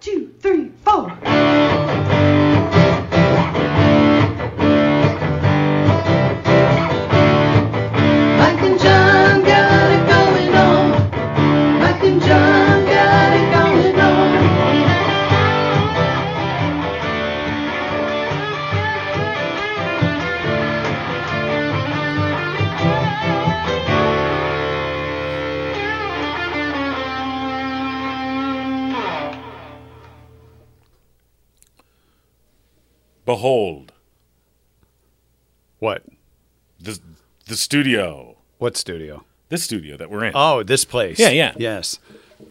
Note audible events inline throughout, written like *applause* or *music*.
two, three, four. Mike and John got it going on. Mike and John got it going on. Behold What? the the studio. What studio? This studio that we're in. Oh, this place. Yeah, yeah. Yes.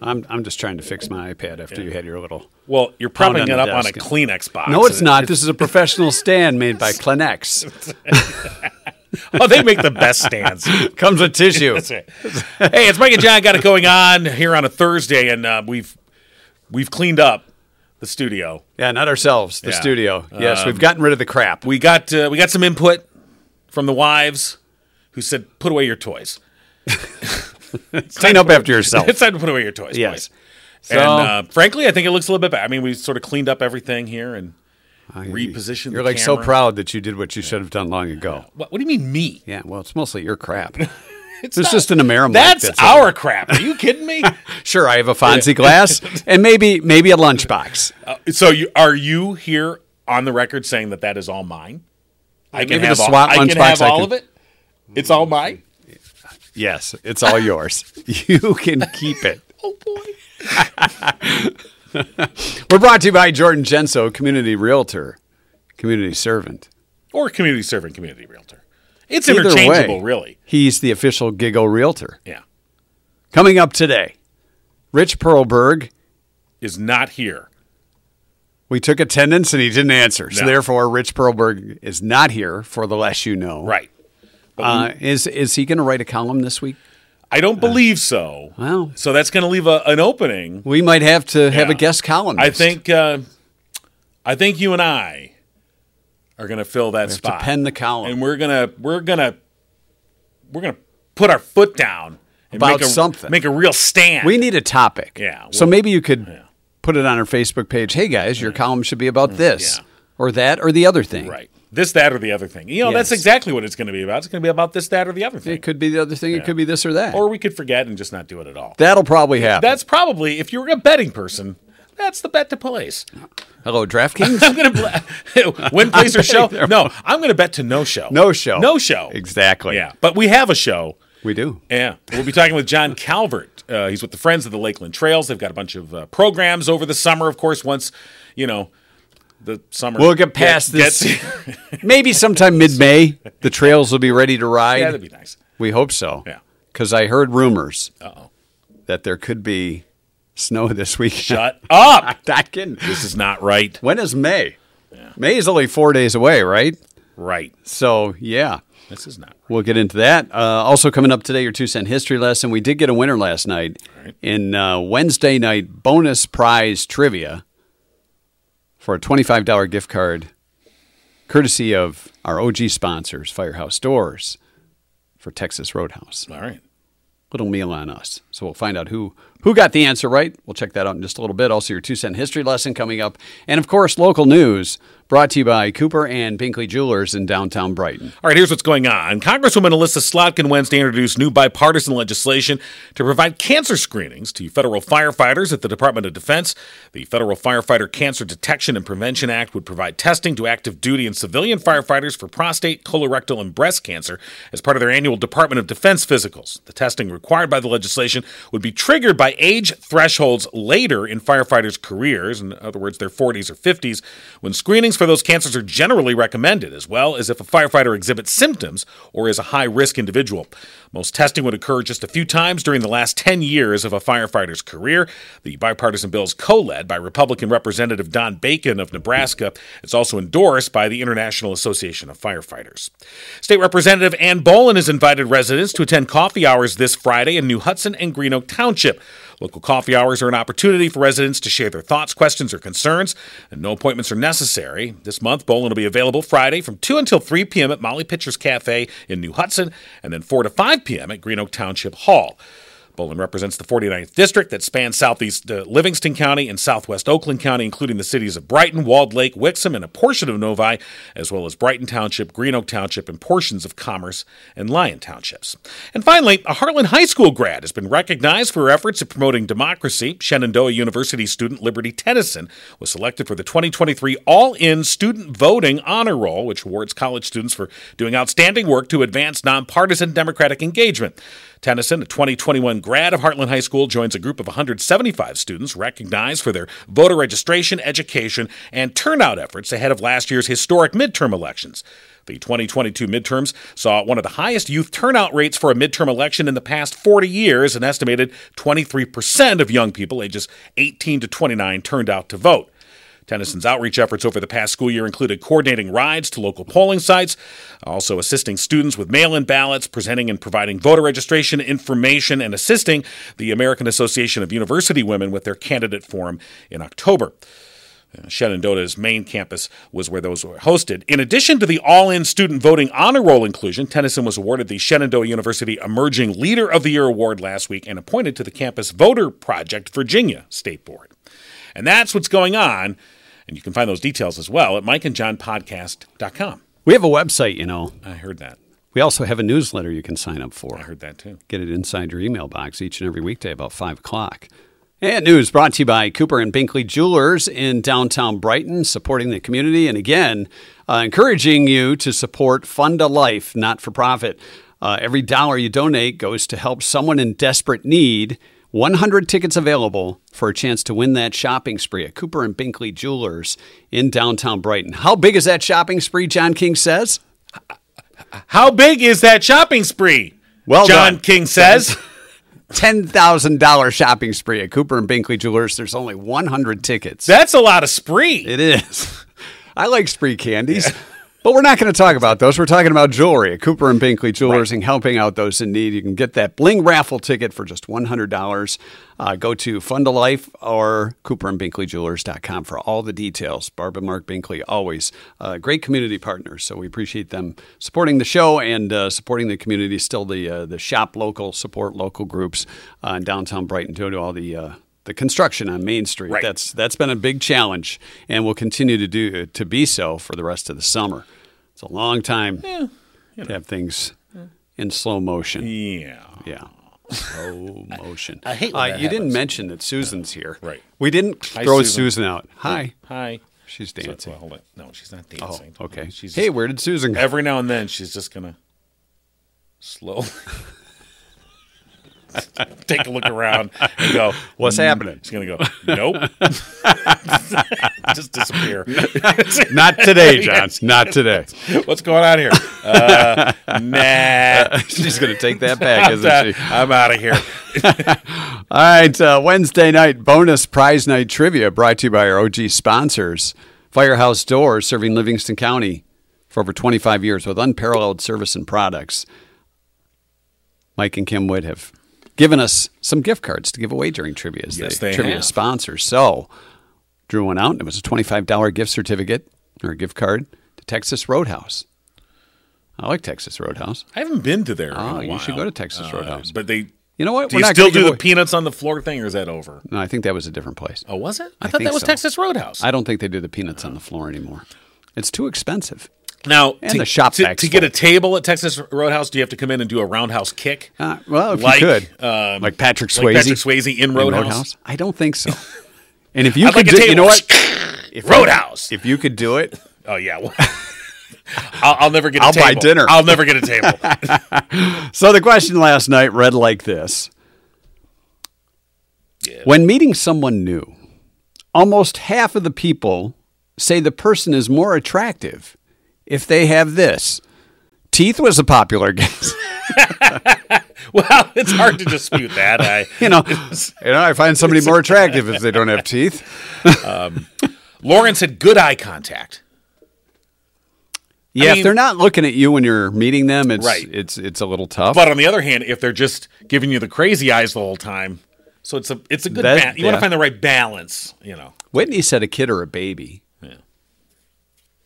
I'm I'm just trying to fix my iPad after you had your little. well, you're propping on it the up on a desk. Kleenex box. No, it's not. This is a professional stand made by Kleenex. *laughs* Oh, they make the best stands. Comes with tissue. That's it. Hey, it's Mike and John. Got it going on here on a Thursday, and uh, we've we've cleaned up the studio. Yeah, not ourselves. The Yeah. studio. Yes, Um, we've gotten rid of the crap. We got uh, we got some input from the wives who said, "Put away your *laughs* toys. Clean up after yourself. It's *laughs* time to put away your toys." *laughs* Yes. boys." So- and uh, frankly, I think it looks a little bit better. I mean, we sort of cleaned up everything here, and repositioned the You're like so camera. proud that you did what you should have done long ago. what, what do you mean me? *laughs* Yeah, well, *laughs* it's mostly your crap. It's, There's not- just an Amerim. That's our crap. Are you kidding *laughs* me? Sure, I have a Fonzie glass and maybe maybe a *laughs* lunchbox. Uh, so, you, are you here on the record saying that that is all mine? I can Maybe the have all, SWAT I can lunchbox have I all can- of it. It's all mine. Yes, it's all yours. *laughs* You can keep it. Oh boy. We're brought to you by Jordan Genso, community realtor, community servant. Or community servant, community realtor. It's Either way, interchangeable, really. He's the official Giggle realtor. Yeah, Coming up today, Rich Perlberg. is not here. We took attendance and he didn't answer. So No. therefore, Rich Perlberg is not here for the less you know. Right. Uh, is is he going to write a column this week? I don't believe so. Wow. So that's going to leave a, an opening. We might have to have Yeah. a guest columnist. I think. Uh, I think you and I are going to fill that to spot. pen the column. and we're gonna we're gonna we're gonna put our foot down and make About a, something. Make a real stand. we need a topic. Yeah, so well, maybe you could put it on our Facebook page. Hey guys, your column should be about this yeah. or that or the other thing. right this, that, or the other thing. You know, that's Yes. exactly what it's going to be about. It's going to be about this, that, or the other thing. It could be the other thing. It could be this or that. or we could forget and just not do it at all. that'll probably happen. that's probably if you were a betting person. That's the bet to place. *laughs* Hello, DraftKings. I'm going to bl- win, place, or show. No, I'm going to bet to no show. No show. No show. Exactly. Yeah, but we have a show. *laughs* we do. Yeah, we'll be talking with John Calvert. Uh, he's with the Friends of the Lakeland Trails. They've got a bunch of uh, programs over the summer, of course. Once you know the summer, We'll get past this. *laughs* Maybe sometime mid-May, the trails will be ready to ride. yeah, that'd be nice. We hope so. Yeah. Because I heard rumors Uh-oh. that there could be snow *laughs* this week. Shut up! Not kidding. This is not right. When is May? May is only four days away, right? Right. So, yeah, This is not. we'll get into that. Uh, also, coming up today, your two cent history lesson. We did get a winner last night in uh, Wednesday night bonus prize trivia for a $25 gift card, courtesy of our OG sponsors, Firehouse Doors, for Texas Roadhouse. All right. little meal on us. So we'll find out who who got the answer right. We'll check that out in just a little bit. Also, your two cent history lesson coming up, and of course, local news brought to you by Cooper and Binkley Jewelers in downtown Brighton. All right, here's what's going on. Congresswoman Alyssa Slotkin Wednesday introduced new bipartisan legislation to provide cancer screenings to federal firefighters at the Department of Defense. The Federal Firefighter Cancer Detection and Prevention Act would provide testing to active duty and civilian firefighters for prostate, colorectal, and breast cancer as part of their annual Department of Defense physicals. The testing required by the legislation would be triggered by age thresholds later in firefighters' careers, in other words, their 40s or 50s, when screenings for those cancers are generally recommended, as well as if a firefighter exhibits symptoms or is a high risk individual. Most testing would occur just a few times during the last 10 years of a firefighter's career. The bipartisan bill is co led by Republican Representative Don Bacon of Nebraska. It's also endorsed by the International Association of Firefighters. State Representative Ann Bolin has invited residents to attend coffee hours this Friday in New Hudson and Green Oak Township. Local coffee hours are an opportunity for residents to share their thoughts, questions, or concerns, and no appointments are necessary. This month, Bolin will be available Friday from 2 until 3 p.m. at Molly Pitcher's Cafe in New Hudson, and then 4 to 5 p.m. at Green Oak Township Hall. Boland represents the 49th district that spans southeast uh, Livingston County and southwest Oakland County, including the cities of Brighton, Walled Lake, Wixom, and a portion of Novi, as well as Brighton Township, Green Oak Township, and portions of Commerce and Lyon Townships. And finally, a Harlan High School grad has been recognized for her efforts at promoting democracy. Shenandoah University student Liberty Tennyson was selected for the 2023 All In Student Voting Honor Roll, which awards college students for doing outstanding work to advance nonpartisan democratic engagement. Tennyson, a 2021 grad of Heartland High School, joins a group of 175 students recognized for their voter registration, education, and turnout efforts ahead of last year's historic midterm elections. The 2022 midterms saw one of the highest youth turnout rates for a midterm election in the past 40 years. An estimated 23% of young people ages 18 to 29 turned out to vote. Tennyson's outreach efforts over the past school year included coordinating rides to local polling sites, also assisting students with mail in ballots, presenting and providing voter registration information, and assisting the American Association of University Women with their candidate forum in October. Shenandoah's main campus was where those were hosted. In addition to the all in student voting honor roll inclusion, Tennyson was awarded the Shenandoah University Emerging Leader of the Year Award last week and appointed to the Campus Voter Project Virginia State Board. And that's what's going on. And you can find those details as well at mikeandjohnpodcast.com. We have a website, you know. I heard that. We also have a newsletter you can sign up for. I heard that too. Get it inside your email box each and every weekday about 5 o'clock. And news brought to you by Cooper and Binkley Jewelers in downtown Brighton, supporting the community and again, uh, encouraging you to support Fund a Life, not for profit. Uh, every dollar you donate goes to help someone in desperate need. 100 tickets available for a chance to win that shopping spree at Cooper and Binkley Jewelers in downtown Brighton. How big is that shopping spree, John King says? How big is that shopping spree? Well John done. King *laughs* says. $10,000 shopping spree at Cooper and Binkley Jewelers. There's only 100 tickets. That's a lot of spree. It is. *laughs* I like spree candies. *laughs* But we're not going to talk about those. We're talking about jewelry at Cooper and Binkley Jewelers and helping out those in need. You can get that bling raffle ticket for just $100. Uh, go to Fund a Life or cooperandbinkleyjewelers.com for all the details. Barb and Mark Binkley, always uh, great community partners. So we appreciate them supporting the show and uh, supporting the community. Still the uh, the shop local, support local groups uh, in downtown Brighton due to all the uh, the construction on Main Street. Right. That's that's that's been a big challenge and will continue to do to be so for the rest of the summer. It's a long time to have things in slow motion. Yeah. Yeah. *laughs* Slow motion. I hate when uh, that You didn't happens. mention that Susan's here. Right. We didn't Hi, throw Susan. Susan. out. Hi. Hi. She's So- dancing. well, hold on. No, she's not Oh, dancing. okay. She's hey, just- where did Susan go? every now and then she's just gonna slow *laughs* take a look around and go, "Mm." What's happening? She's gonna go, nope. *laughs* just disappear. *laughs* Not today, John. Yes. *laughs* Not today. What's going on here? Uh, *laughs* *laughs* nah. She's going to take that back, I'm, isn't done. she? I'm out of here. All right, uh, Wednesday night bonus prize night trivia brought to you by our OG sponsors, Firehouse Doors, serving Livingston County for over 25 years with unparalleled service and products. Mike and Kim Wood have given us some gift cards to give away during trivia as Yes, the they trivia have. sponsors. So, drew one out, and it was a $25 gift certificate or gift card to Texas Roadhouse. I like Texas Roadhouse. I haven't been to there. in Oh, a you should while. go to Texas Uh, Roadhouse. but they. You know what? Do We're you not still gonna give do the away- peanuts on the floor thing, or is that over? No, I think that was a different place. Oh, was it? I, I thought that think was so. Texas Roadhouse. I don't think they do the peanuts on the floor anymore. It's too expenve. now, And to, the shop to, vacs to get full. a table at Texas Roadhouse, do you have to come in and do a roundhouse kick? Uh, well, if Like, you could, um, like Patrick Swayze, like Patrick Swayze in in Roadhouse? I don't *laughs* think so. And if you I'd could, like a do, you table. know what? If Roadhouse. if you could do it, Oh yeah. Well, *laughs* I'll, I'll never get. A I'll table. buy dinner. I'll never get a *laughs* table. So the question last night read like this Yeah. When meeting someone new, almost half of the people say the person is more attractive if they have this. Teeth was a popular *laughs* guess. well, it's hard to dispute that. I *laughs* *laughs* you know, you know, I find somebody more attractive if they don't have teeth. *laughs* Lawrence had good eye contact. Yeah, mean- if they're not looking at you when you're meeting them, it's Right. it's it's a little tough. But on the other hand, if they're just giving you the crazy eyes the whole time, so it's a it's a good That- balance. You want yeah. to find the right balance, you know. Whitney said a kid or a baby. Yeah.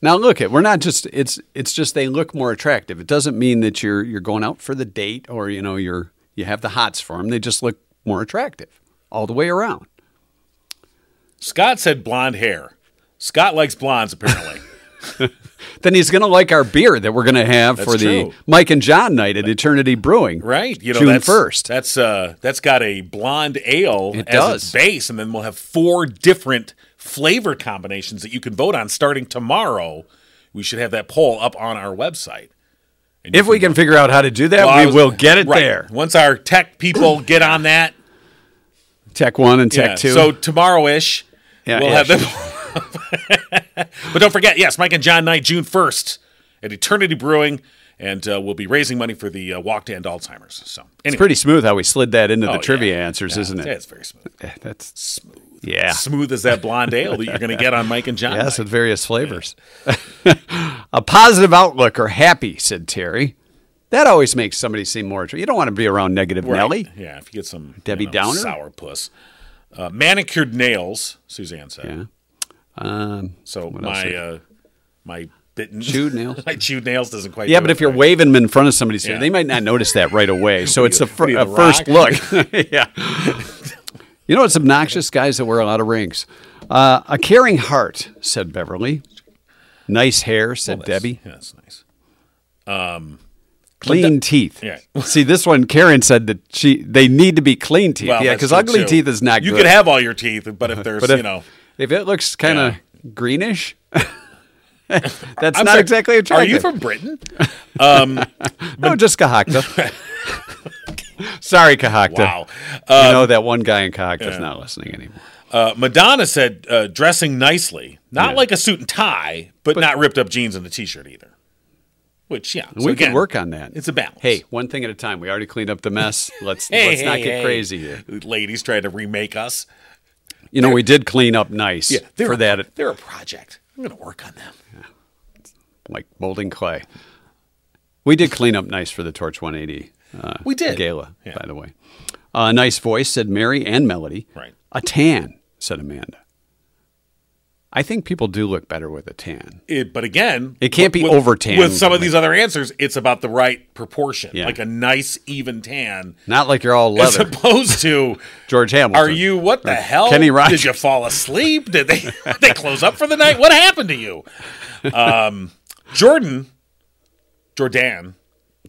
Now look at we're not just it's it's just they look more attractive. It doesn't mean that you're you're going out for the date or you know you're you have the hots for them. They just look more attractive all the way around. Scott said blonde hair. Scott likes blondes, *laughs* apparently. Then he's going to like our beer that we're going to have That's for the true. Mike and John night at Eternity Brewing. right? You know, June that's, 1st. That's uh, that's got a blonde ale It as its does. base, and then we'll have four different flavor combinations that you can vote on starting tomorrow. We should have that poll up on our website. And you If we can figure out how to do that, Well, I we was- will get it right. there. Once our tech *coughs* people get on that, Tech one and Tech yeah, two. So tomorrow ish, Yeah, we'll have ish. them. *laughs* but don't forget, yes, Mike and John Knight, June first at Eternity Brewing, and uh, we'll be raising money for the uh, Walk to End Alzheimer's. So anyway, it's pretty smooth how we slid that into Oh, the yeah. trivia answers, Yeah, isn't it? Yeah, it's very smooth. Yeah, That's smooth. Yeah. Smooth as that blonde ale that you're going to get on Mike and John. Yes, Night. with various flavors. *laughs* a positive outlook or happy, said Terry. That always makes somebody seem more attractive. You don't want to be around negative Right. Nelly. Yeah, if you get some Debbie you know, Downer? sour puss, uh, manicured nails. Suzanne said. Yeah. Um, So What else my we- uh, my bitten Chewed *laughs* nails? my chewed nails doesn't quite. yeah, do but it if you're right. waving them in front of somebody, so Yeah. they might not notice that *laughs* right away. So it's you- the, fir- what are you, a The first Rock? *laughs* look. *laughs* yeah. you know what's obnoxious? Guys that wear a lot of rings. Uh, a caring heart, said Beverly. Nice hair, said That's- Debbie. yeah, that's nice. Clean teeth. yeah. *laughs* See, this one, Karen said that she they need to be clean teeth. Well, yeah, that's because true, ugly too. teeth is not You good. could have all your teeth, but *laughs* if there's But if, you know, if it looks kind of greenish, *laughs* that's not sorry, exactly Are attractive. you from *laughs* Britain? Um, No, *laughs* just Kahakta. Sorry, Kahakta. Wow. Um, you know that one guy in Kahakta's not listening anymore. Uh, Madonna said uh, dressing nicely, not Yeah. like a suit and tie, but, not ripped up jeans and a t-shirt either. Which yeah, so we again, can work on that. It's a balance. hey, one thing at a time. We already cleaned up the *laughs* mess. Let's Hey, let's not hey, get hey. crazy here. ladies trying to remake us. You know, we did clean up nice they're for a, that, They're a project. I'm going to work on them. like molding clay. We did clean up nice for the Torch 180. Uh, We did. gala, Yeah. by the way. Uh, nice voice said Mary and Melody. Right. A tan said Amanda. I think people do look better with a tan. It, but again, It can't be over-tanned. With some of these other answers, it's about the right proportion, Yeah. like a nice even tan, Not like you're all as leather. opposed *laughs* to George Hamilton. Are you what the hell? uh, Kenny Rogers. Did you fall asleep? Did they *laughs* they close up for the night? What happened to you? Um, Jordan, Jordan,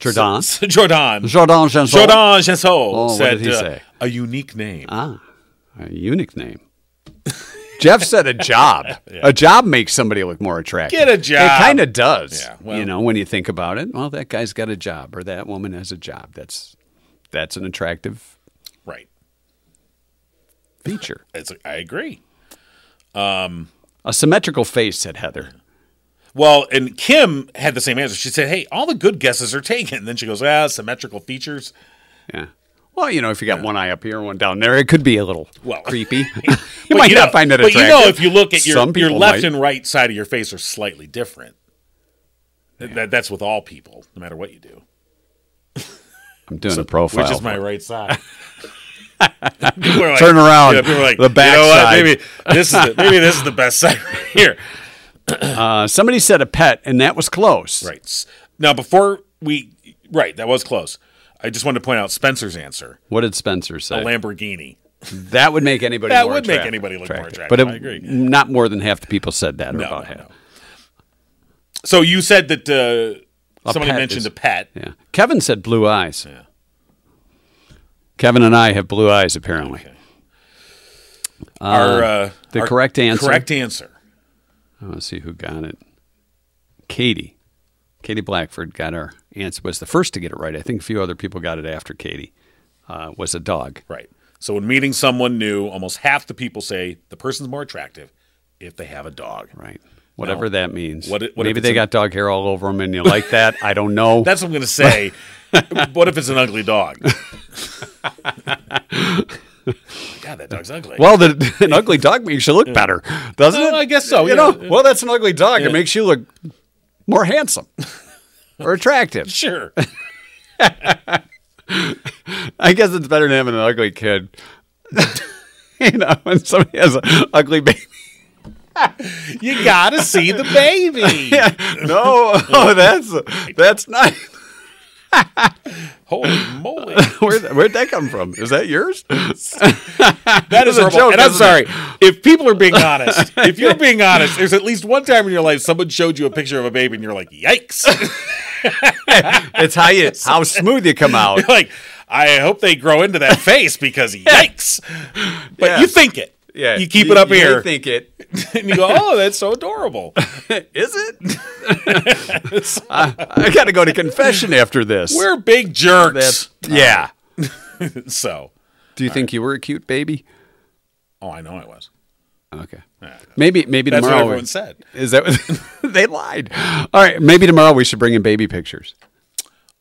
Jordan? Jordan, Jordan Chanson. Jordan Gensol what said did he uh, say? a unique name. Ah, a eunuch name. Jeff said a *laughs* job. A job makes somebody look more attractive. Get a job. It kind of does. Yeah, well- you know, when you think about it, well, that guy's got a job or that woman has a job. That's that's an attractive right. feature. It's, I agree. a symmetrical face, said Heather. Well, and Kim had the same answer. She said, "Hey, all the good guesses are taken." Then she goes, "Ah, symmetrical features." Yeah. Well, you know, if you got one eye up here, one down there, it could be a little Well- *laughs* creepy. you But might not know- find that But attractive. you know, if you look at your Some your people left might. and right side of your face are slightly different. Th- That, that's with all people, no matter what you do. I'm doing a profile. Which is my right *laughs* side. People are like- Turn around, people are the back you know what, side." Maybe this is *laughs* the, maybe this is the best side right here. uh, somebody said a pet, and that was close. Right S- now, before we right, that was close. I just wanted to point out Spencer's answer: What did Spencer say? a Lamborghini. That would make anybody. That more would make attract- anybody look more But attractive, it- I agree. not more than half the people said that, or No, about no, half. no. So you said that uh, A somebody pet mentioned is- a pet. Yeah. Kevin said blue eyes. Kevin and I have blue eyes, apparently. Our uh, the our correct answer- Correct answer. I want to see who got it. Katie. Katie Blackford got our answer, was the first to get it right. I think a few other people got it after Katie, uh, was a dog. Right. So when meeting someone new, almost half the people say the person's more attractive if they have a dog. Right. Whatever that means. what i- what if Maybe it's they a- got dog hair all over them and *laughs* you like that. I don't know. That's what I'm going to say. what if it's an ugly dog? God, that dog's ugly. Well, the, *laughs* an ugly dog makes you look better, doesn't Well, it? I guess so, You yeah. know, well, that's an ugly dog. It makes you look more *laughs* handsome or attractive. sure. I guess it's better than having an ugly kid. *laughs* you know, when somebody has an ugly baby. You got *laughs* to see the baby. no, oh, that's that's not. Holy moly. Where, *laughs* where'd that come from? Is that yours? That is a horrible. joke, and I'm isn't sorry. If people are being *laughs* honest, if you're being honest, there's at least one time in your life someone showed you a picture of a baby and you're like, yikes. *laughs* It's how you how smooth you *laughs* come out. like, I hope they grow into that face *laughs* because yikes. But Yeah. you think it. Yeah, You keep it up you here. Think it *laughs* *laughs* and you go, oh, that's so adorable. is it? *laughs* *laughs* I, I got to go to confession after this. We're big jerks. *laughs* That's- yeah. so, Do you think you were a cute baby? oh, I know I was. Okay. Maybe maybe That's what tomorrow. everyone said. Is that what *laughs* they lied? All right. Maybe tomorrow we should bring in baby pictures.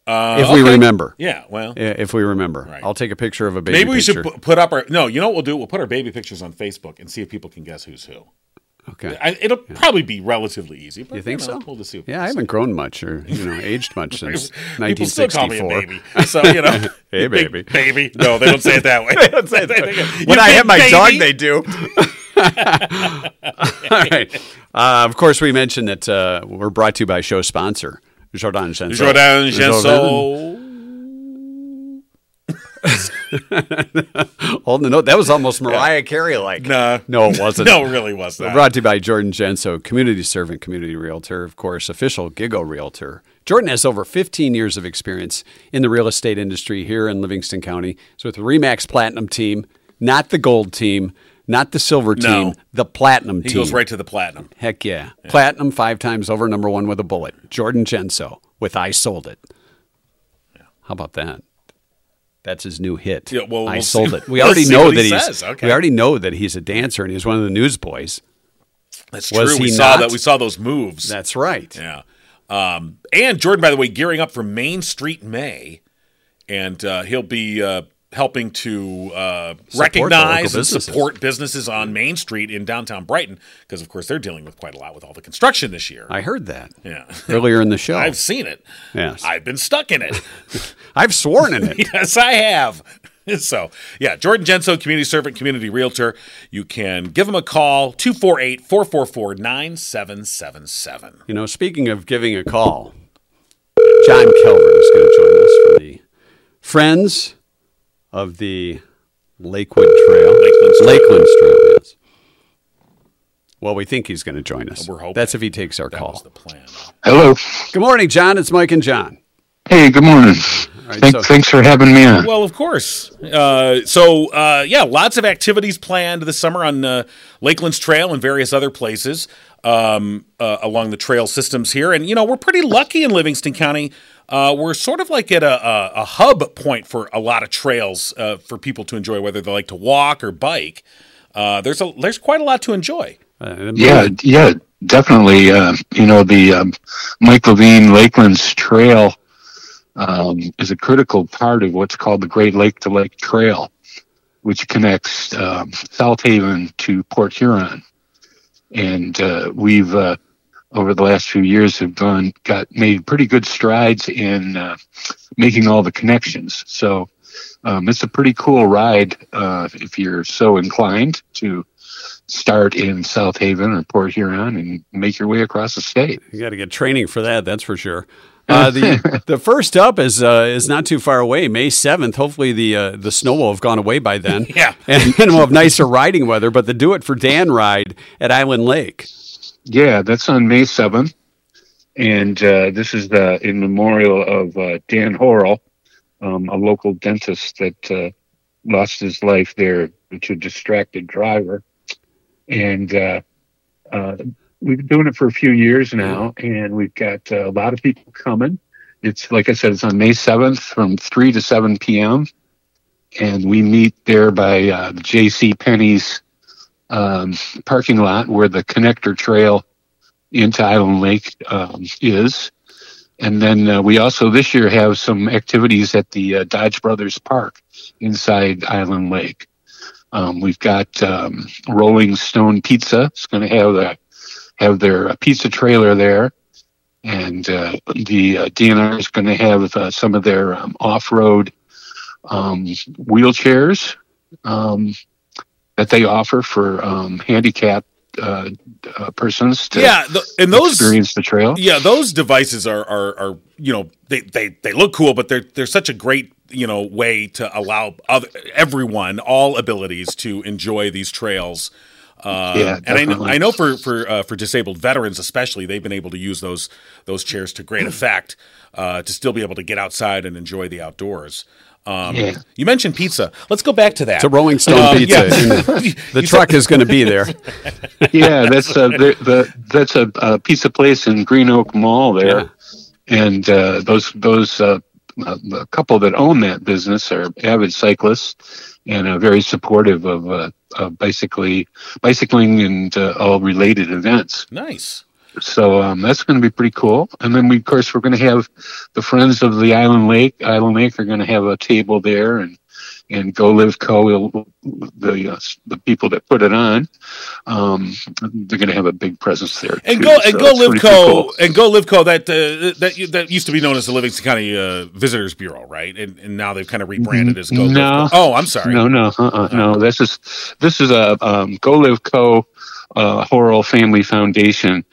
Uh, if we remember. Yeah, well. Yeah, If we remember, Right. I'll take a picture of a baby. Maybe we should picture. pu- put up our no. You know what we'll do? We'll put our baby pictures on Facebook and see if people can guess who's who. okay. I, it'll probably be relatively easy. But you think know, so? We'll just see. what yeah, people I say. haven't grown much or *laughs* you know aged much since *laughs* People still call me a 1964. baby. So, you know. *laughs* Hey, big baby. Baby. No, they don't say it that *laughs* way. they don't say it when I have my dog, they do. *laughs* All right. Uh, of course, we mentioned that uh, we're brought to you by show sponsor Jordan Genso. Jordan Genso. Holding the note. That was almost Mariah Carey like. Nah. No, it wasn't. No, it really was not. Brought to you by Jordan Genso, community servant, community realtor, of course, official Gigo realtor. Jordan has over 15 years of experience in the real estate industry here in Livingston County. So with the Remax Platinum team, not the gold team, not the silver No. team, the platinum He team. goes right to the platinum. Heck yeah. Platinum five times over, number one with a bullet. Jordan Genso with I Sold It. How about that? That's his new hit. Yeah, well, I we'll sold see- it. *laughs* We we'll already see know what that he he's says. Okay. we already know that he's a dancer and he's one of the newsboys. That's Was true. We he saw not? that. We saw those moves. That's right. Yeah. Um, and Jordan, by the way, gearing up for Main Street May, and uh, he'll be uh, helping to uh, the recognize local and businesses. support businesses on Main Street in downtown Brighton, because of course they're dealing with quite a lot with all the construction this year. I heard that yeah. *laughs* *laughs* earlier in the show. I've *laughs* I've, seen it. Yes. I've been stuck in it. *laughs* sworn in it. yes, I have. *laughs* So, yeah, Jordan Genso, community servant, community realtor. You can give him a call, 248 444 9777. You know, speaking of giving a call, John Kelvin is going to join us for the Friends of the Lakewood Trail. Lakeland's Trail. Lakeland's Trail, yes. Well, we think he's going to join us. We're hoping. That's if he takes our That was call. the plan. Hello. Good morning, John. It's Mike and John. Hey, good morning. right, Thank, so- thanks for having me on. Well, of course. Uh, so, uh, yeah, lots of activities planned this summer on uh, Lakeland's Trail and various other places um, uh, along the trail systems here. And, you know, we're pretty lucky in Livingston County. Uh, we're sort of like at a, a, a hub point for a lot of trails uh, for people to enjoy, whether they like to walk or bike. Uh, there's a there's quite a lot to enjoy. Uh, yeah, yeah, definitely. Uh, you know, the um, Mike Levine Lakeland's Trail um, is a critical part of what's called the Great Lake to Lake Trail, which connects um, South Haven to Port Huron. And uh, we've, uh, over the last few years, have gone, got made pretty good strides in uh, making all the connections. So um, it's a pretty cool ride uh, if you're so inclined to start in South Haven or Port Huron and make your way across the state. You got to get training for that. That's for sure. Uh, the the first up is uh, is not too far away, May seventh. Hopefully the uh, the snow will have gone away by *laughs* then. Yeah. and, *laughs* and we'll have nicer riding weather. But the Do It for Dan ride at Island Lake. Yeah, that's on May 7th. And uh, this is the in memorial of uh, Dan Horrell, um, a local dentist that uh, lost his life there to a distracted driver. And uh, uh, we've been doing it for a few years now, and we've got uh, a lot of people coming. It's like I said, it's on May 7th from 3 to 7 p.m. And we meet there by uh, J.C. Penney's um, parking lot where the connector trail into Island Lake um, is. And then uh, we also this year have some activities at the uh, Dodge Brothers Park inside Island Lake. Um, we've got um, Rolling Stone Pizza. It's going to have the, have their uh, pizza trailer there, and uh, the uh, DNR is going to have uh, some of their um, off-road um, wheelchairs um, that they offer for um, handicapped uh, uh, persons to yeah, th- and those experience the trail. yeah those devices are are, are you know they, they they look cool but they're they're such a great you know way to allow other, everyone all abilities to enjoy these trails uh, Yeah, and I know, definitely. I know for for uh, for disabled veterans especially they've been able to use those those chairs to Mm. great effect uh, to still be able to get outside and enjoy the outdoors um, Yeah. you mentioned pizza let's go back to that It's a Rolling Stone Uh, pizza. and yeah. *laughs* *laughs* The truck is going to be there. *laughs* *laughs* yeah, that's a the, the, that's a, a pizza place in Green Oak Mall there, and uh, those those uh, uh, the couple that own that business are avid cyclists and are very supportive of uh, uh, basically bicycling and uh, all related events. nice So um, that's going to be pretty cool. And then we, of course, we're going to have the friends of the Island Lake. Island Lake are going to have a table there, and and Go Live Co. will- The uh, the people that put it on, um, they're going to have a big presence there. And too. go and So go it's live pretty co cool. and go live co that uh, that that used to be known as the Livingston County uh, Visitors Bureau, right? And, and now they've kind of rebranded as go. No. Live co. Oh, I'm sorry. No, no, uh-uh, no. This is this is a um, Go Live Co. Uh, Horrell Family Foundation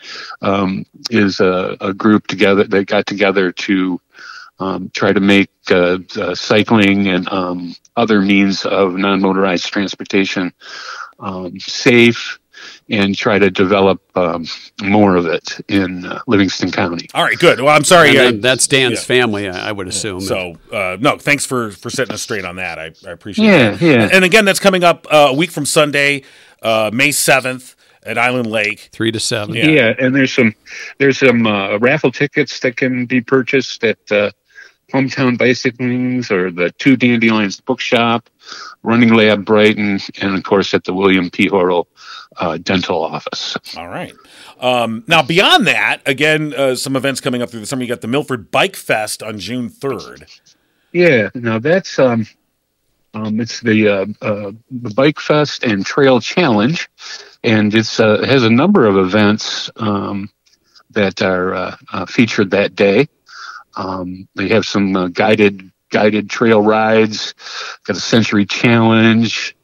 um, is a, a group together that got together to um, try to make uh, uh, cycling and um, other means of non-motorized transportation um, safe and try to develop um, more of it in uh, Livingston County. All right, good. Well, I'm sorry. And I- then that's Dan's yeah. family, I I would assume. so uh, no, thanks for for setting us straight on that. I, I appreciate. Yeah, that. yeah. And again, that's coming up uh, a week from Sunday, uh, May 7th at Island Lake. Three to seven. Yeah. Yeah. and there's some there's some uh, raffle tickets that can be purchased at uh, Hometown Bicyclings or the Two Dandelions Bookshop, Running Lab Brighton, and of course at the William P. Horrell uh, Dental Office. All right. Um, now beyond that, again, uh, some events coming up through the summer. You got the Milford Bike Fest on June 3rd. Yeah, now that's um, um, it's the uh, uh, the Bike Fest and Trail Challenge, and it's uh, it has a number of events um, that are uh, uh, featured that day. Um, they have some uh, guided guided trail rides, got a century challenge.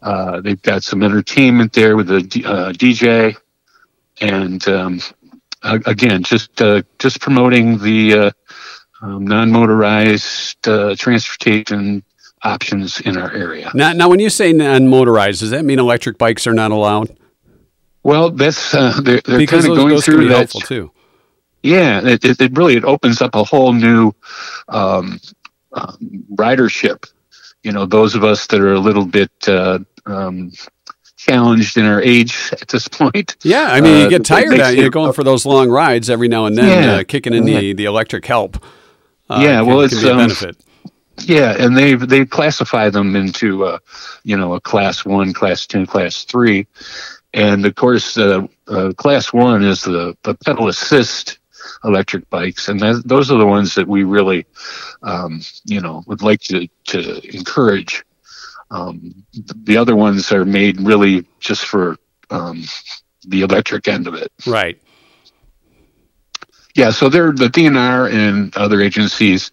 Uh, they've got some entertainment there with a D- uh, DJ, and um, a- again, just uh, just promoting the uh, um, non-motorized uh, transportation options in our area. Now, now, when you say non-motorized, does that mean electric bikes are not allowed? Well, that's uh, they're, they're Because kind of those, going those can through be that. helpful too. Yeah, it, it, it really it opens up a whole new um, um, ridership. You know, those of us that are a little bit uh, um, challenged in our age *laughs* at this point. Yeah, I mean, you Uh, get it tired. makes Of, you're it- going for those long rides every now and then, Yeah. uh, kicking in the, the electric help. Uh, Yeah, can- well, can it's, be a um, benefit. Yeah, and they they classify them into uh, you know a class one, class two, class three, and of course uh, uh, class one is the the pedal assist electric bikes, and that, those are the ones that we really um, you know would like to to encourage. Um, the other ones are made really just for um, the electric end of it. Right. Yeah, so they're the DNR and other agencies.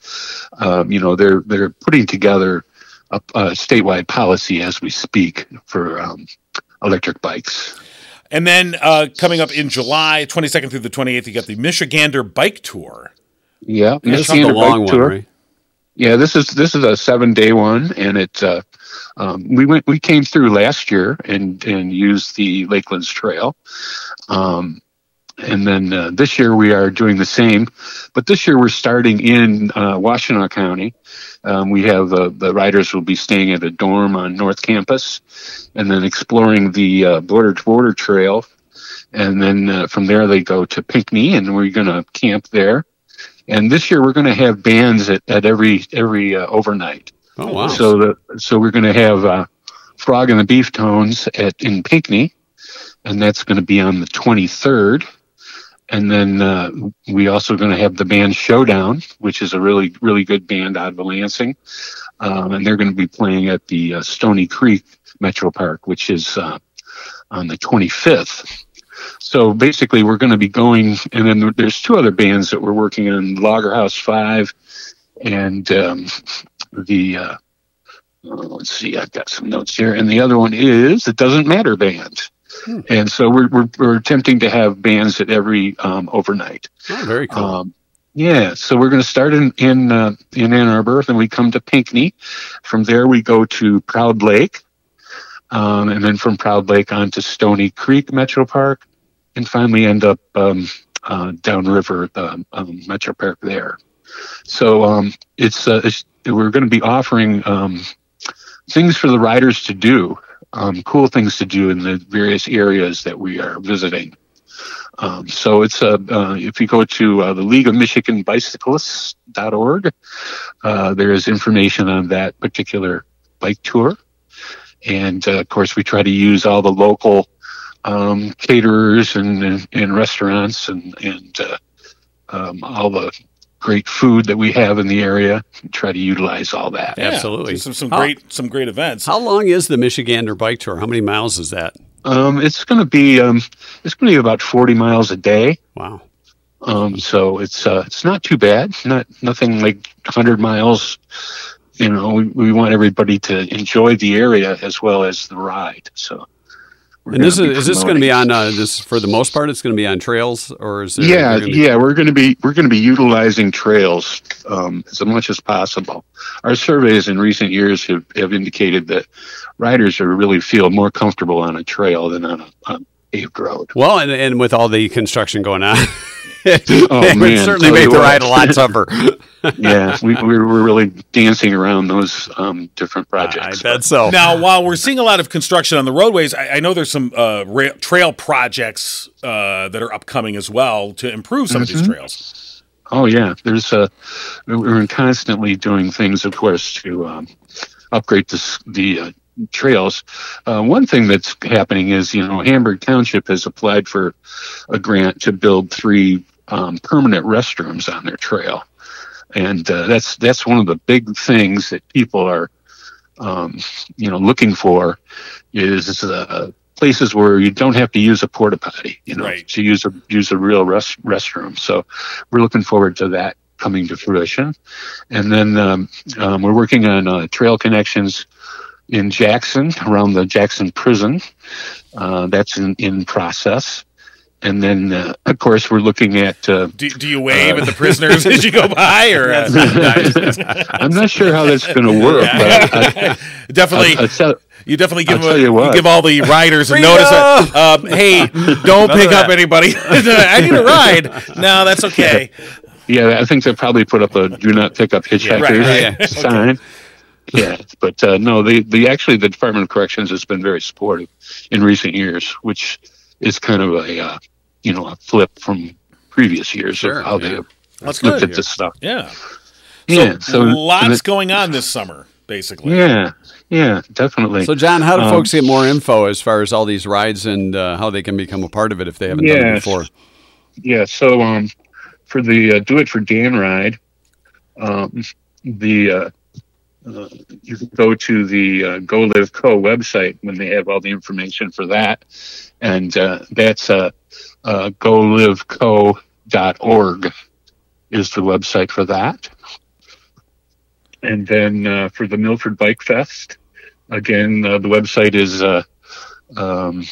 Um, you know, they're they're putting together a, a statewide policy as we speak for um, electric bikes. And then uh, coming up in July 22nd through the 28th, you got the Michigander Bike Tour. Yeah, That's not the long one, right? Yeah, this is this is a seven day one, and it uh, um, we went we came through last year and and used the Lakelands Trail, um, and then uh, this year we are doing the same, but this year we're starting in uh, Washtenaw County. Um, we have uh, the riders will be staying at a dorm on North Campus, and then exploring the uh, border to border trail, and then uh, from there they go to Pinckney, and we're going to camp there. And this year we're going to have bands at, at every every uh, overnight. Oh wow. So the so we're going to have uh, Frog and the Beef Tones at in Pinckney, and that's going to be on the 23rd. And then uh, we also going to have the band Showdown, which is a really really good band out of Lansing, um, and they're going to be playing at the uh, Stony Creek Metro Park, which is uh, on the 25th. So basically, we're going to be going, and then there- there's two other bands that we're working on: Logger House Five and um, the uh, uh, let's see, I've got some notes here, and the other one is it doesn't matter band. And so we're, we're, we're attempting to have bands at every um, overnight. Oh, very cool. Um, yeah, so we're going to start in in uh, in Ann Arbor, then we come to Pinckney. From there, we go to Proud Lake, um, and then from Proud Lake on to Stony Creek Metro Park, and finally end up um, uh, downriver at the um, Metro Park there. So um, it's, uh, it's we're going to be offering um, things for the riders to do, um, cool things to do in the various areas that we are visiting. Um, so it's uh, uh, if you go to uh, the League of Michigan Bicyclists.org, uh, there is information on that particular bike tour. And uh, of course, we try to use all the local um, caterers and, and, and restaurants and, and uh, um, all the great food that we have in the area. Try to utilize all that. Yeah, Absolutely. Some some How- great some great events. How long is the Michigander bike tour? How many miles is that? Um, it's going to be um, it's going to be about forty miles a day. Wow. Um, so it's uh, it's not too bad. Not nothing like hundred miles. You know, we, we want everybody to enjoy the area as well as the ride. So, we're And this gonna is, is this going to promoting- be on uh, this for the most part? It's going to be on trails, or is there, yeah you're gonna be- yeah we're going to be we're going to be utilizing trails um, as much as possible our surveys in recent years have, have indicated that riders are really feel more comfortable on a trail than on a, on a paved road Well, and, and with all the construction going on, *laughs* it would Oh, man, certainly tell make you the what. ride a lot *laughs* tougher. *laughs* yeah we, we're, we're really dancing around those um, different I projects bet so. Now, while we're seeing a lot of construction on the roadways, I, I know there's some uh, rail, trail projects uh, that are upcoming as well to improve some of these trails. oh yeah there's a we're constantly doing things of course to um, upgrade this, the uh, trails. Uh, one thing that's happening is, you know, Hamburg Township has applied for a grant to build three um, permanent restrooms on their trail, and uh, that's that's one of the big things that people are, um, you know, looking for is. Uh, Places where you don't have to use a porta potty, you know, Right. to use a use a real rest, restroom. So, we're looking forward to that coming to fruition. And then um, um, we're working on uh, trail connections in Jackson, around the Jackson prison. Uh, that's in, in process. And then, uh, of course, we're looking at. Uh, *laughs* Do, do you wave at the prisoners as you go by, or uh, I'm not sure how that's going to work, but I, definitely I, I tell- you definitely give I'll them a- tell you what. give all *laughs* the riders a notice. that, um, hey, don't pick up anybody. *laughs* I need a ride. *laughs* No, that's okay. yeah, I think they probably put up a "Do not pick up hitchhikers" right, *laughs* right. sign. Yeah, but uh, no, the the actually the Department of Corrections has been very supportive in recent years, which is kind of a uh, you know a flip from previous years Sure, of how yeah. they That's looked good. at this stuff. Yeah. Yeah, So, so lots and it- going on this summer, basically. yeah, yeah, definitely. So, John, how do Um, folks get more info as far as all these rides and uh, how they can become a part of it if they haven't done it Yes. before? *laughs* yeah so um for the uh, do it for dan ride um the uh, uh you can go to the uh, go live co website when they have all the information for that and uh that's uh, uh go live co.org is the website for that and then uh, for the milford bike fest again uh, the website is uh um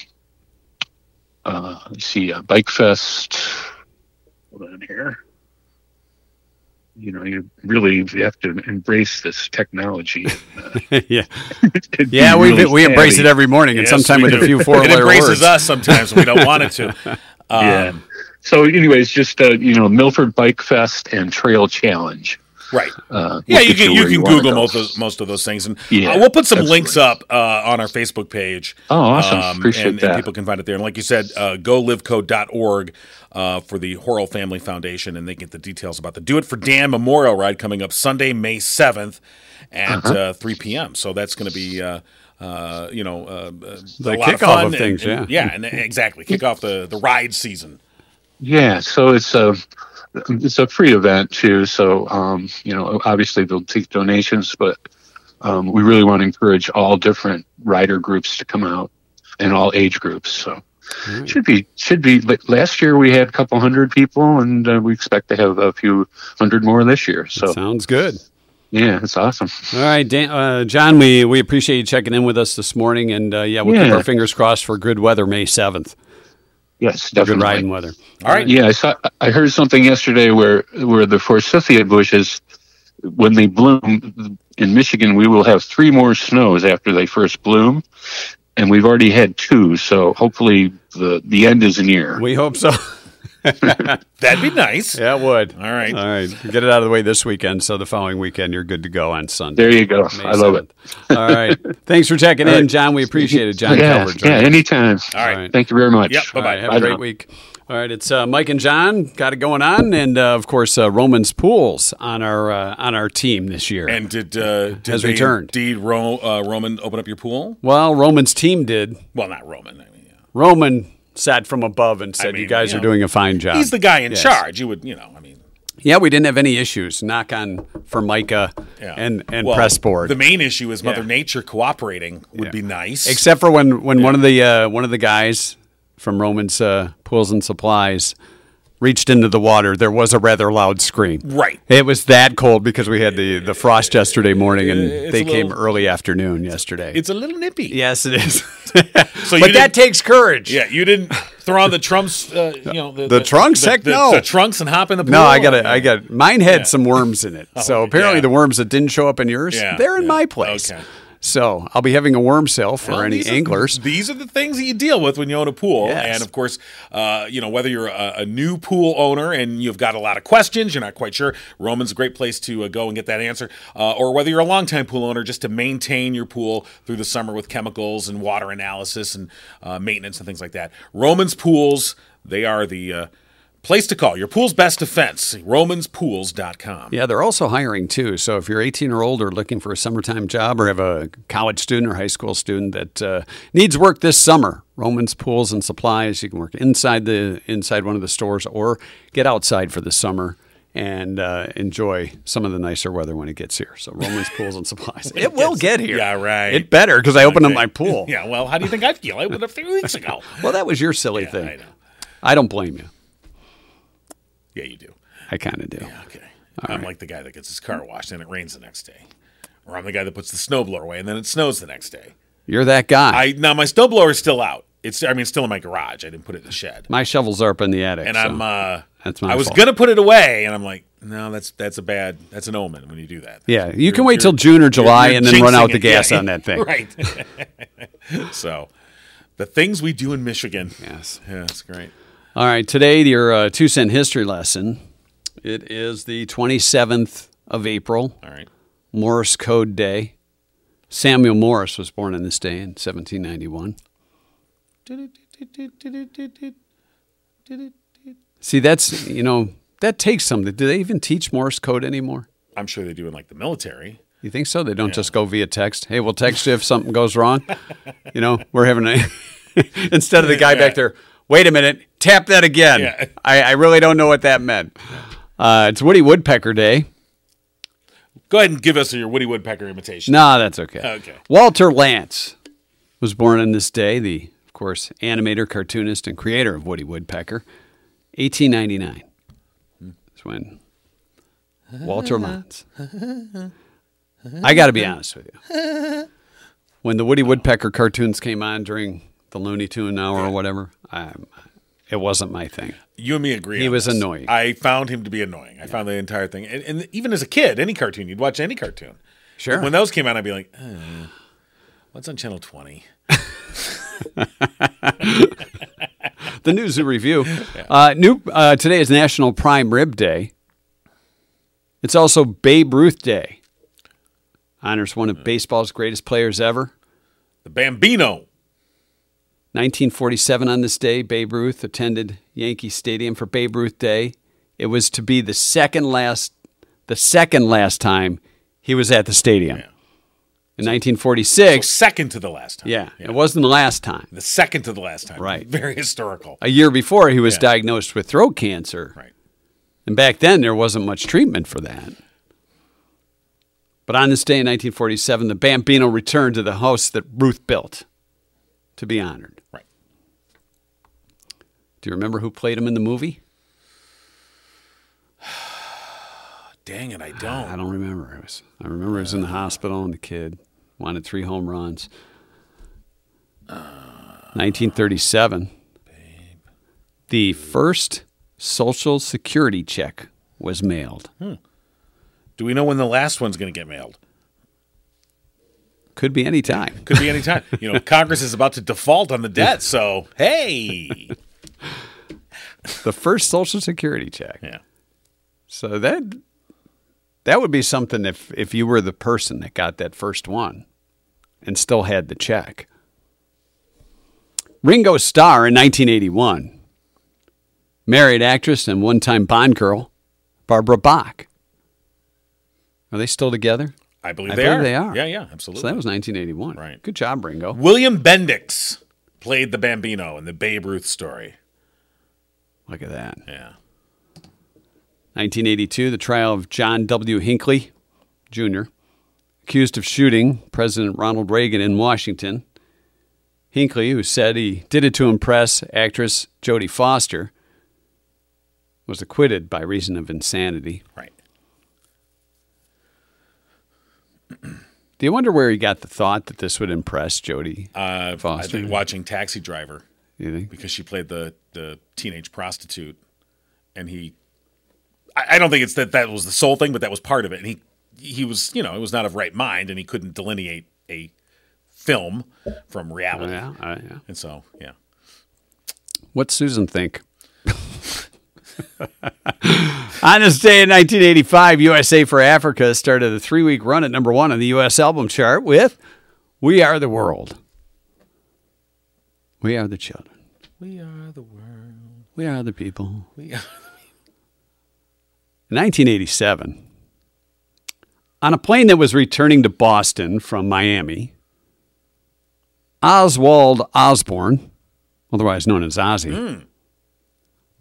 uh, let's see, uh, Bike Fest. Hold on here. You know, you really have to embrace this technology. *laughs* yeah, It'd be yeah, we really we embrace it savvy. every morning, Yes, and sometime we with do. a *laughs* *laughs* few four It letter embraces words. us sometimes. when We don't want it to. Um, Yeah. So, anyways, just uh, you know, Milford Bike Fest and Trail Challenge. Right. Uh, Yeah, will you get can you where can wanna Google go. most of, most of those things, and Yeah, uh, we'll put some absolutely. links up uh, on our Facebook page. Oh, awesome! Appreciate Um, and, that. and people can find it there. And like you said, uh, golivecode.org uh, for the Horrell Family Foundation, and they get the details about the Do It for Dan Memorial Ride coming up Sunday, May 7th Uh-huh. at uh 3 p.m. So that's going to be, uh, uh, you know, uh, the kickoff of things, yeah. *laughs* and exactly. Kick off the, the ride season. Yeah, so it's a it's a free event too. So um, you know, obviously they'll take donations, but um, we really want to encourage all different rider groups to come out and all age groups. So should be should be. but Last year we had a couple hundred people, and uh, we expect to have a few hundred more this year. So Sounds good. Yeah, it's awesome. All right, Dan, uh, John, we, we appreciate you checking in with us this morning, and uh, yeah, we'll keep Yeah. our fingers crossed for good weather May seventh. Yes, Good definitely. riding weather. All right. Yeah, I saw. I heard something yesterday where where the forsythia bushes, when they bloom in Michigan, we will have three more snows after they first bloom, and we've already had two. So hopefully the the end is near. We hope *laughs* so. That'd be nice. yeah, it would. All right. All right. Get it out of the way this weekend, so the following weekend you're good to go on Sunday. There you go. May I love it. 7th. All right. *laughs* Thanks for checking in, John. We appreciate it, John. yeah, Calvert. yeah. Anytime. All right. All right. Thank you very much. Yep, All Bye-bye. right, have Bye a great now. week. All right, it's uh, Mike and John got it going on, and uh, of course uh, Roman's pools on our uh, on our team this year. And did uh, did Has they returned. Indeed, Ro- uh, Roman open up your pool? well, Roman's team did. Well, not Roman. I mean, yeah. Roman sat from above and said, mean, "You guys you are know, doing a fine job." he's the guy in Yes. charge. You would, you know, I mean, Yeah, we didn't have any issues. Knock on for Micah yeah. and and Well, press board. The main issue is Mother Yeah. Nature cooperating would be nice. except for when when one of the uh, one of the guys from Roman's uh, Pools and Supplies reached into the water, there was a rather loud scream. right. It was that cold because we had the, the frost yesterday morning and It's they a came little- early afternoon yesterday. It's a little nippy. yes, it is. *laughs* So but you that didn't- takes courage. Yeah, you didn't throw on the trunks. Uh, you know the, trunks? The, Heck the- no. The trunks and hop in the pool. No, I got it. I got mine had some worms *laughs* in it. so apparently Oh, yeah. the worms that didn't show up in yours, Yeah, they're in yeah. my place. Okay. So I'll be having a worm sale for Well, any these are- anglers. these are the things that you deal with when you own a pool. Yes. And of course, uh, you know, whether you're a, a new pool owner and you've got a lot of questions, you're not quite sure, Roman's a great place to uh, go and get that answer. Uh, or whether you're a longtime pool owner, just to maintain your pool through the summer with chemicals and water analysis and uh, maintenance and things like that. Roman's Pools, they are the. Uh, Place to call your pool's best defense, romanspools.com. Yeah, they're also hiring too. So if you're 18 or older looking for a summertime job or have a college student or high school student that uh, needs work this summer, Romans Pools and Supplies, you can work inside the inside one of the stores or get outside for the summer and uh, enjoy some of the nicer weather when it gets here. So *laughs* Romans Pools and Supplies. It, will get here. Yeah, right. It better because I opened up my pool. *laughs* Yeah, well, how do you think I feel? I went up three weeks *laughs* ago. Well, that was your silly Yeah, thing. I know. I don't blame you. Yeah, you do. I kind of do. Okay. I'm like the guy that gets his car washed and it rains the next day. Or I'm the guy that puts the snowblower away and then it snows the next day. You're that guy. I now my snowblower is still out. It's I mean it's still in my garage. I didn't put it in the shed. my shovels are up in the attic. And so- I'm uh that's my I was fault. gonna put it away and I'm like, no, that's that's a bad that's an omen when you do that. Yeah, you You're- can wait you're- till June or July you're and then run jinxing out the it. Yeah. *laughs* gas on that thing. right. so the things we do in Michigan. Yes. Yeah, that's great. All right. Today, your uh, two cent history lesson. It is the 27th of April, All right. Morse Code Day. Samuel Morse was born on this day in 1791. See, that's, you know, that takes something. Do they even teach Morse code anymore? I'm sure they do in like the military. You think so? They don't just go via text. Hey, we'll text you if something goes wrong. You know, we're having a *laughs* instead of the guy back there. Wait a minute, tap that again. Yeah. I, I really don't know what that meant. Uh, it's Woody Woodpecker Day. Go ahead and give us your Woody Woodpecker imitation. No, that's okay. Okay. Walter Lantz was born on this day. The, of course, animator, cartoonist, and creator of Woody Woodpecker. 1899. That's when Walter Lantz. I got to be honest with you. When the Woody Woodpecker cartoons came on during the Looney Tune hour or whatever, I, it wasn't my thing. You and me agree. He on was this. annoying. I found him to be annoying. I found the entire thing, and, and even as a kid, any cartoon you'd watch, any cartoon. Sure. When those came out, I'd be like, uh, "What's on channel 20? the News and Review. Uh, new uh, today is National Prime Rib Day. It's also Babe Ruth Day. Honors one of baseball's greatest players ever. The Bambino. 1947 on this day, Babe Ruth attended Yankee Stadium for Babe Ruth Day. It was to be the second last, the second last time he was at the stadium. In 1946, Second to the last time. yeah, it wasn't the last time. The second to the last time. Right. Very historical. A year before, he was Yeah. diagnosed with throat cancer. Right. And back then, there wasn't much treatment for that. But on this day in 1947, the Bambino returned to the house that Ruth built to be honored. Right. Do you remember who played him in the movie? Dang it, I don't. *sighs* I don't remember. I was. I remember I was in the hospital and the kid wanted three home runs. 1937. The first Social Security check was mailed. Do we know when the last one's going to get mailed? Could be any time. Could be any *laughs* time. You know, Congress is about to default on the debt, so hey. The first Social Security check. Yeah. So that that would be something if if you were the person that got that first one and still had the check. Ringo Starr in 1981 married actress and one-time Bond girl Barbara Bach. Are they still together? I believe I they believe are. they are. Yeah, yeah, absolutely. So that was 1981. Right. Good job, Ringo. William Bendix played the Bambino in the Babe Ruth story. Look at that. Yeah. 1982, the trial of John W. Hinckley Jr., accused of shooting President Ronald Reagan in Washington. Hinckley, who said he did it to impress actress Jodie Foster, was acquitted by reason of insanity. Right. Do you wonder where he got the thought that this would impress Jodie Uh, I Foster? think watching Taxi Driver you think? because she played the the teenage prostitute, and he. I, I don't think it's that that was the sole thing, but that was part of it. And he he was you know it was not of right mind, and he couldn't delineate a film from Oh, reality, yeah, oh, yeah. and so yeah. What's Susan think? *laughs* on this day in 1985, USA for Africa started a three week run at number one on the U.S. album chart with We Are the World. We are the children. We are the world. We are the people. We are. In 1987, on a plane that was returning to Boston from Miami, Oswald Osborne, otherwise known as Ozzy,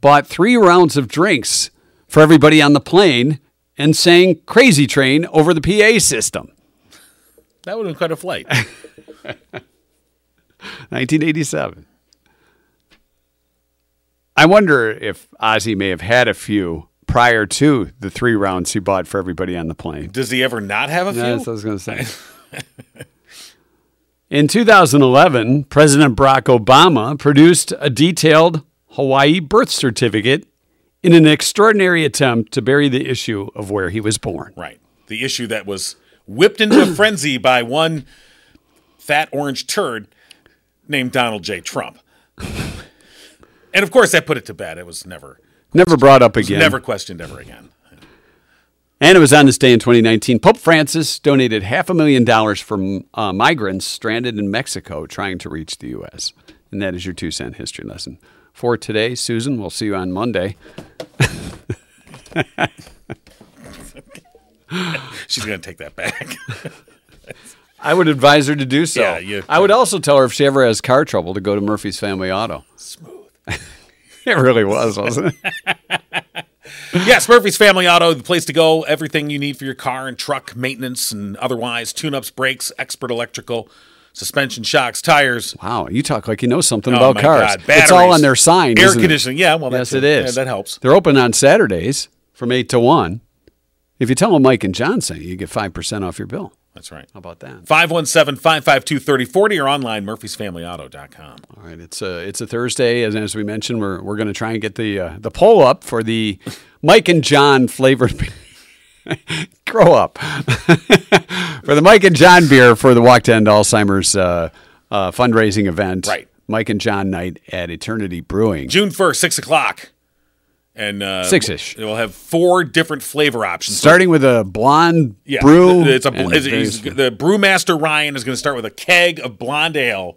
bought three rounds of drinks for everybody on the plane and sang Crazy Train over the PA system. That would have been quite a *laughs* flight. 1987. I wonder if Ozzy may have had a few prior to the three rounds he bought for everybody on the plane. Does he ever not have a few? That's what I was going to say. *laughs* In 2011, President Barack Obama produced a detailed Hawaii birth certificate in an extraordinary attempt to bury the issue of where he was born. Right. The issue that was whipped into *coughs* a frenzy by one fat orange turd named Donald J. Trump. and of course, that put it to bed. It was never, Never brought up again. never questioned ever again. And it was on this day in 2019. Pope Francis donated half a million dollars for uh, migrants stranded in Mexico trying to reach the U.S. And that is your two cent history lesson. For today, Susan, we'll see you on Monday. She's going to take that back. *laughs* I would advise her to do so. Yeah, you- I would also tell her if she ever has car trouble to go to Murphy's Family Auto. Smooth. *laughs* It really was, wasn't it? *laughs* Yes, Murphy's Family Auto, the place to go. Everything you need for your car and truck, maintenance and otherwise, tune ups, brakes, expert electrical, suspension, shocks, tires. wow, you talk like you know something Oh, about my cars. God. It's all Batteries. on their sign. Air isn't it? conditioning. Yeah, well, Yes, that's it is. Yeah, that helps. They're open on Saturdays from 8 to 1. If you tell them Mike and John sent you, you get 5% off your bill. That's right. How about that? 517 552 3040 or online murphysfamilyauto.com. All right, it's a it's a Thursday, and as we mentioned, we're we're going to try and get the uh, the poll up for the Mike and John flavored. beer. *laughs* Grow up for the Mike and John beer for the Walk to End Alzheimer's uh, uh, fundraising event. Right. Mike and John night at Eternity Brewing. June 1st, 6 o'clock. And uh, Six-ish. We'll have four different flavor options. Starting with a blonde yeah, brew. th- It's a, and bl- it's, various- he's- the brewmaster Ryan is going to start with a keg of blonde ale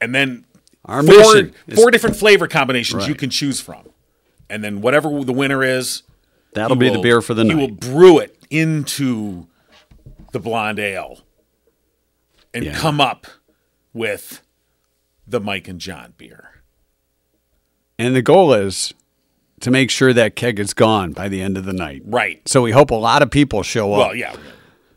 and then Our four, mission is- four different flavor combinations you Right. can choose from. And then whatever the winner is, that'll he be will- the beer for the he night. will brew it into the blonde ale and Yeah. come up with the Mike and John beer. and the goal is to make sure that keg is gone by the end of the night. Right. So we hope a lot of people show up. Well, yeah.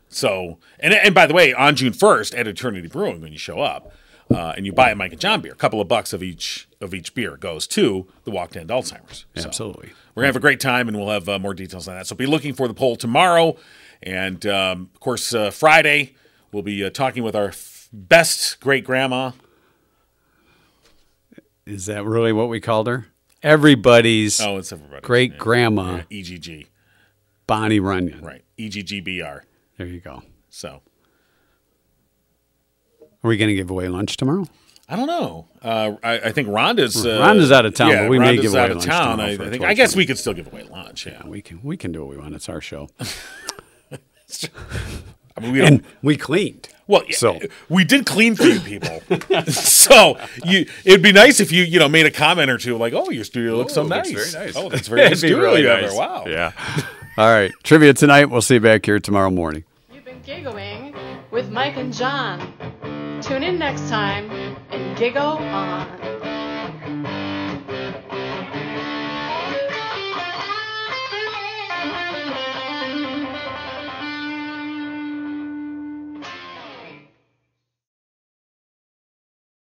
So, and and by the way, on June first at Eternity Brewing, when you show up, uh, and you buy a Mike and John beer. A couple of bucks of each of each beer goes to the Walk to End Alzheimer's. So Absolutely. we're gonna have a great time, and we'll have uh, more details on that. So be looking for the poll tomorrow, and um, of course uh, Friday we'll be uh, talking with our f- best great grandma. Is that really what we called her? Everybody's Oh, it's everybody. great grandma, EGG, Bonnie Runyon. right? E EGGBR. There you go. So Are we going to give away lunch tomorrow? I don't know. Uh, I, I think Rhonda's uh, Rhonda's out of town, yeah, but we may Rhonda's give away out of lunch town. tomorrow I, I for a think. I 12 guess we could still give away lunch. Yeah, We can we can do what we want. It's *laughs* our show, I mean, we don't. and we cleaned. well, so. so- we did clean for you people. *laughs* so you, it'd be nice if you, you know, made a comment or two like, "Oh, your studio looks so Ooh, nice. looks very nice. Oh, *laughs* that's very nice It'd be studio really you have nice. there. Wow. Yeah. *laughs* All right. Trivia tonight. We'll see you back here tomorrow morning. You've been giggling with Mike and John. Tune in next time and giggle on.